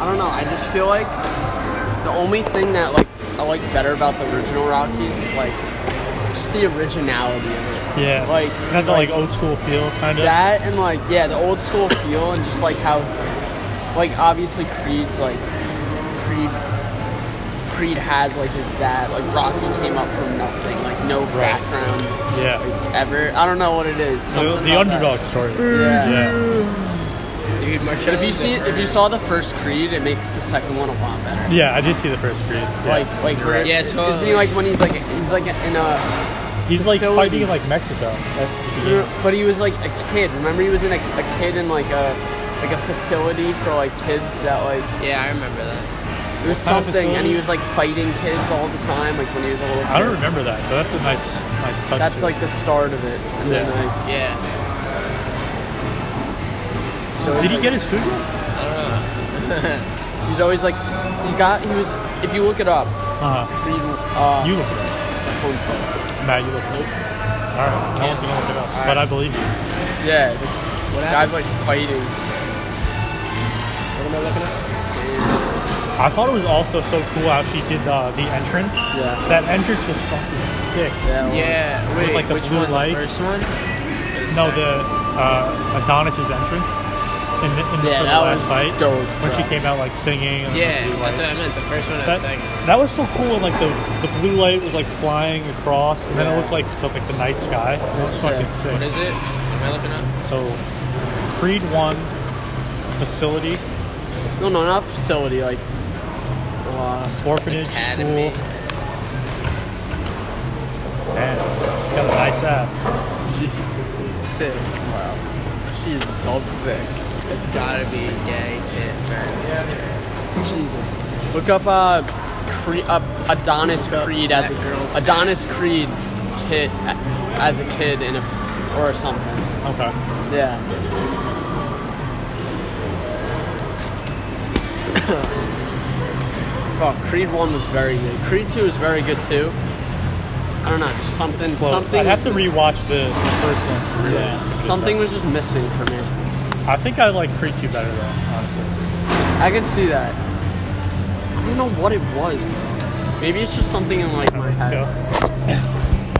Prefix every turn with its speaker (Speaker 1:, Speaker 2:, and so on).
Speaker 1: I don't know. I just feel like the only thing that like I like better about the original Rockies is like just the originality of it.
Speaker 2: Yeah.
Speaker 1: Like-
Speaker 2: kind of like,
Speaker 1: like-
Speaker 2: old school feel, kind of.
Speaker 1: That and like yeah, the old school feel and just like how like obviously Creed's like Creed Creed has like his dad like Rocky came up from nothing like no background
Speaker 2: yeah.
Speaker 1: like, ever. I don't know what it is.
Speaker 2: The,
Speaker 1: something
Speaker 2: the
Speaker 1: about that.
Speaker 2: underdog story.
Speaker 1: Yeah.
Speaker 2: Yeah.
Speaker 3: Dude,
Speaker 1: But
Speaker 3: Marcello.
Speaker 1: if you see, if you saw the first Creed, it makes the second one a lot better.
Speaker 2: Yeah, I did see the first Creed. Yeah.
Speaker 1: Like, like where,
Speaker 3: Yeah,
Speaker 1: Isn't
Speaker 3: totally.
Speaker 1: he like when he's like, he's like in a,
Speaker 2: He's like
Speaker 1: facility.
Speaker 2: fighting like Mexico. at the beginning.
Speaker 1: but he was like a kid. Remember, he was in a, a kid in like a, like a facility for like kids that like
Speaker 3: yeah, I remember that.
Speaker 1: it was
Speaker 2: What kind of
Speaker 1: something, and
Speaker 2: facility?
Speaker 1: he was like fighting kids all the time, like when he was a little. Kid.
Speaker 2: I don't remember that, but that's a nice, nice touch.
Speaker 1: That's
Speaker 2: to it.
Speaker 1: like the start of it, and
Speaker 2: Yeah.
Speaker 1: then like,
Speaker 3: Yeah.
Speaker 1: so it's,
Speaker 2: Did he
Speaker 1: like,
Speaker 2: get his food? Uh
Speaker 1: He's always like, he got, he was. If you look it up,
Speaker 2: huh.
Speaker 1: Creed. Uh,
Speaker 2: Uh-huh. You look it up.
Speaker 1: phone stuff.
Speaker 2: Matt, you look it up. All right. I wasn't gonna look it up, but I believe you.
Speaker 1: Yeah, the
Speaker 3: What
Speaker 1: guys
Speaker 3: happened?
Speaker 1: like fighting.
Speaker 3: what am I looking at?
Speaker 2: I thought it was also so cool how she did the the entrance.
Speaker 1: Yeah.
Speaker 2: That entrance was fucking sick.
Speaker 1: Yeah.
Speaker 3: Yeah.
Speaker 2: With,
Speaker 3: Wait,
Speaker 2: like, the
Speaker 3: which
Speaker 2: blue
Speaker 3: one?
Speaker 2: lights.
Speaker 3: The first one?
Speaker 2: No, the uh, Adonis's entrance in the, in the,
Speaker 1: Yeah,
Speaker 2: for the
Speaker 1: that
Speaker 2: last
Speaker 1: was
Speaker 2: fight
Speaker 1: dope,
Speaker 2: when she
Speaker 1: bro.
Speaker 2: came out like singing. And
Speaker 3: Yeah,
Speaker 2: the blue
Speaker 3: that's what I
Speaker 2: lights.
Speaker 3: meant. The first one and the second.
Speaker 2: That, that was so cool. and, Like the, the blue light was like flying across, and then it looked like the, like the night sky. It was
Speaker 1: Sick.
Speaker 2: fucking sick.
Speaker 3: What is it? Am I looking up?
Speaker 2: So, Creed One facility,
Speaker 1: No, no, not facility. Like, uh,
Speaker 2: orphanage,
Speaker 3: Academy.
Speaker 2: school. Man, she's got a nice ass.
Speaker 1: she's thick. Wow, she's dog thick.
Speaker 3: It's gotta be gay kid friend.
Speaker 1: Jesus. Look up uh, Creed, uh Adonis Creed as a
Speaker 3: that
Speaker 1: girl.
Speaker 3: girl's
Speaker 1: Adonis Creed kid as a kid in a or something.
Speaker 2: Okay.
Speaker 1: Yeah. Oh, Creed One was very good. Creed Two is very good too. I don't know, just something.
Speaker 2: Close.
Speaker 1: Something.
Speaker 2: I'd have to
Speaker 1: was missing.
Speaker 2: rewatch the, the first one. to really
Speaker 1: Yeah.
Speaker 2: get
Speaker 1: Something
Speaker 2: that.
Speaker 1: was just missing for me.
Speaker 2: I think I like Creed 2 better though, honestly.
Speaker 1: I can see that. I don't know what it was. Maybe it's just something in like my
Speaker 2: Let's
Speaker 1: head.
Speaker 2: go.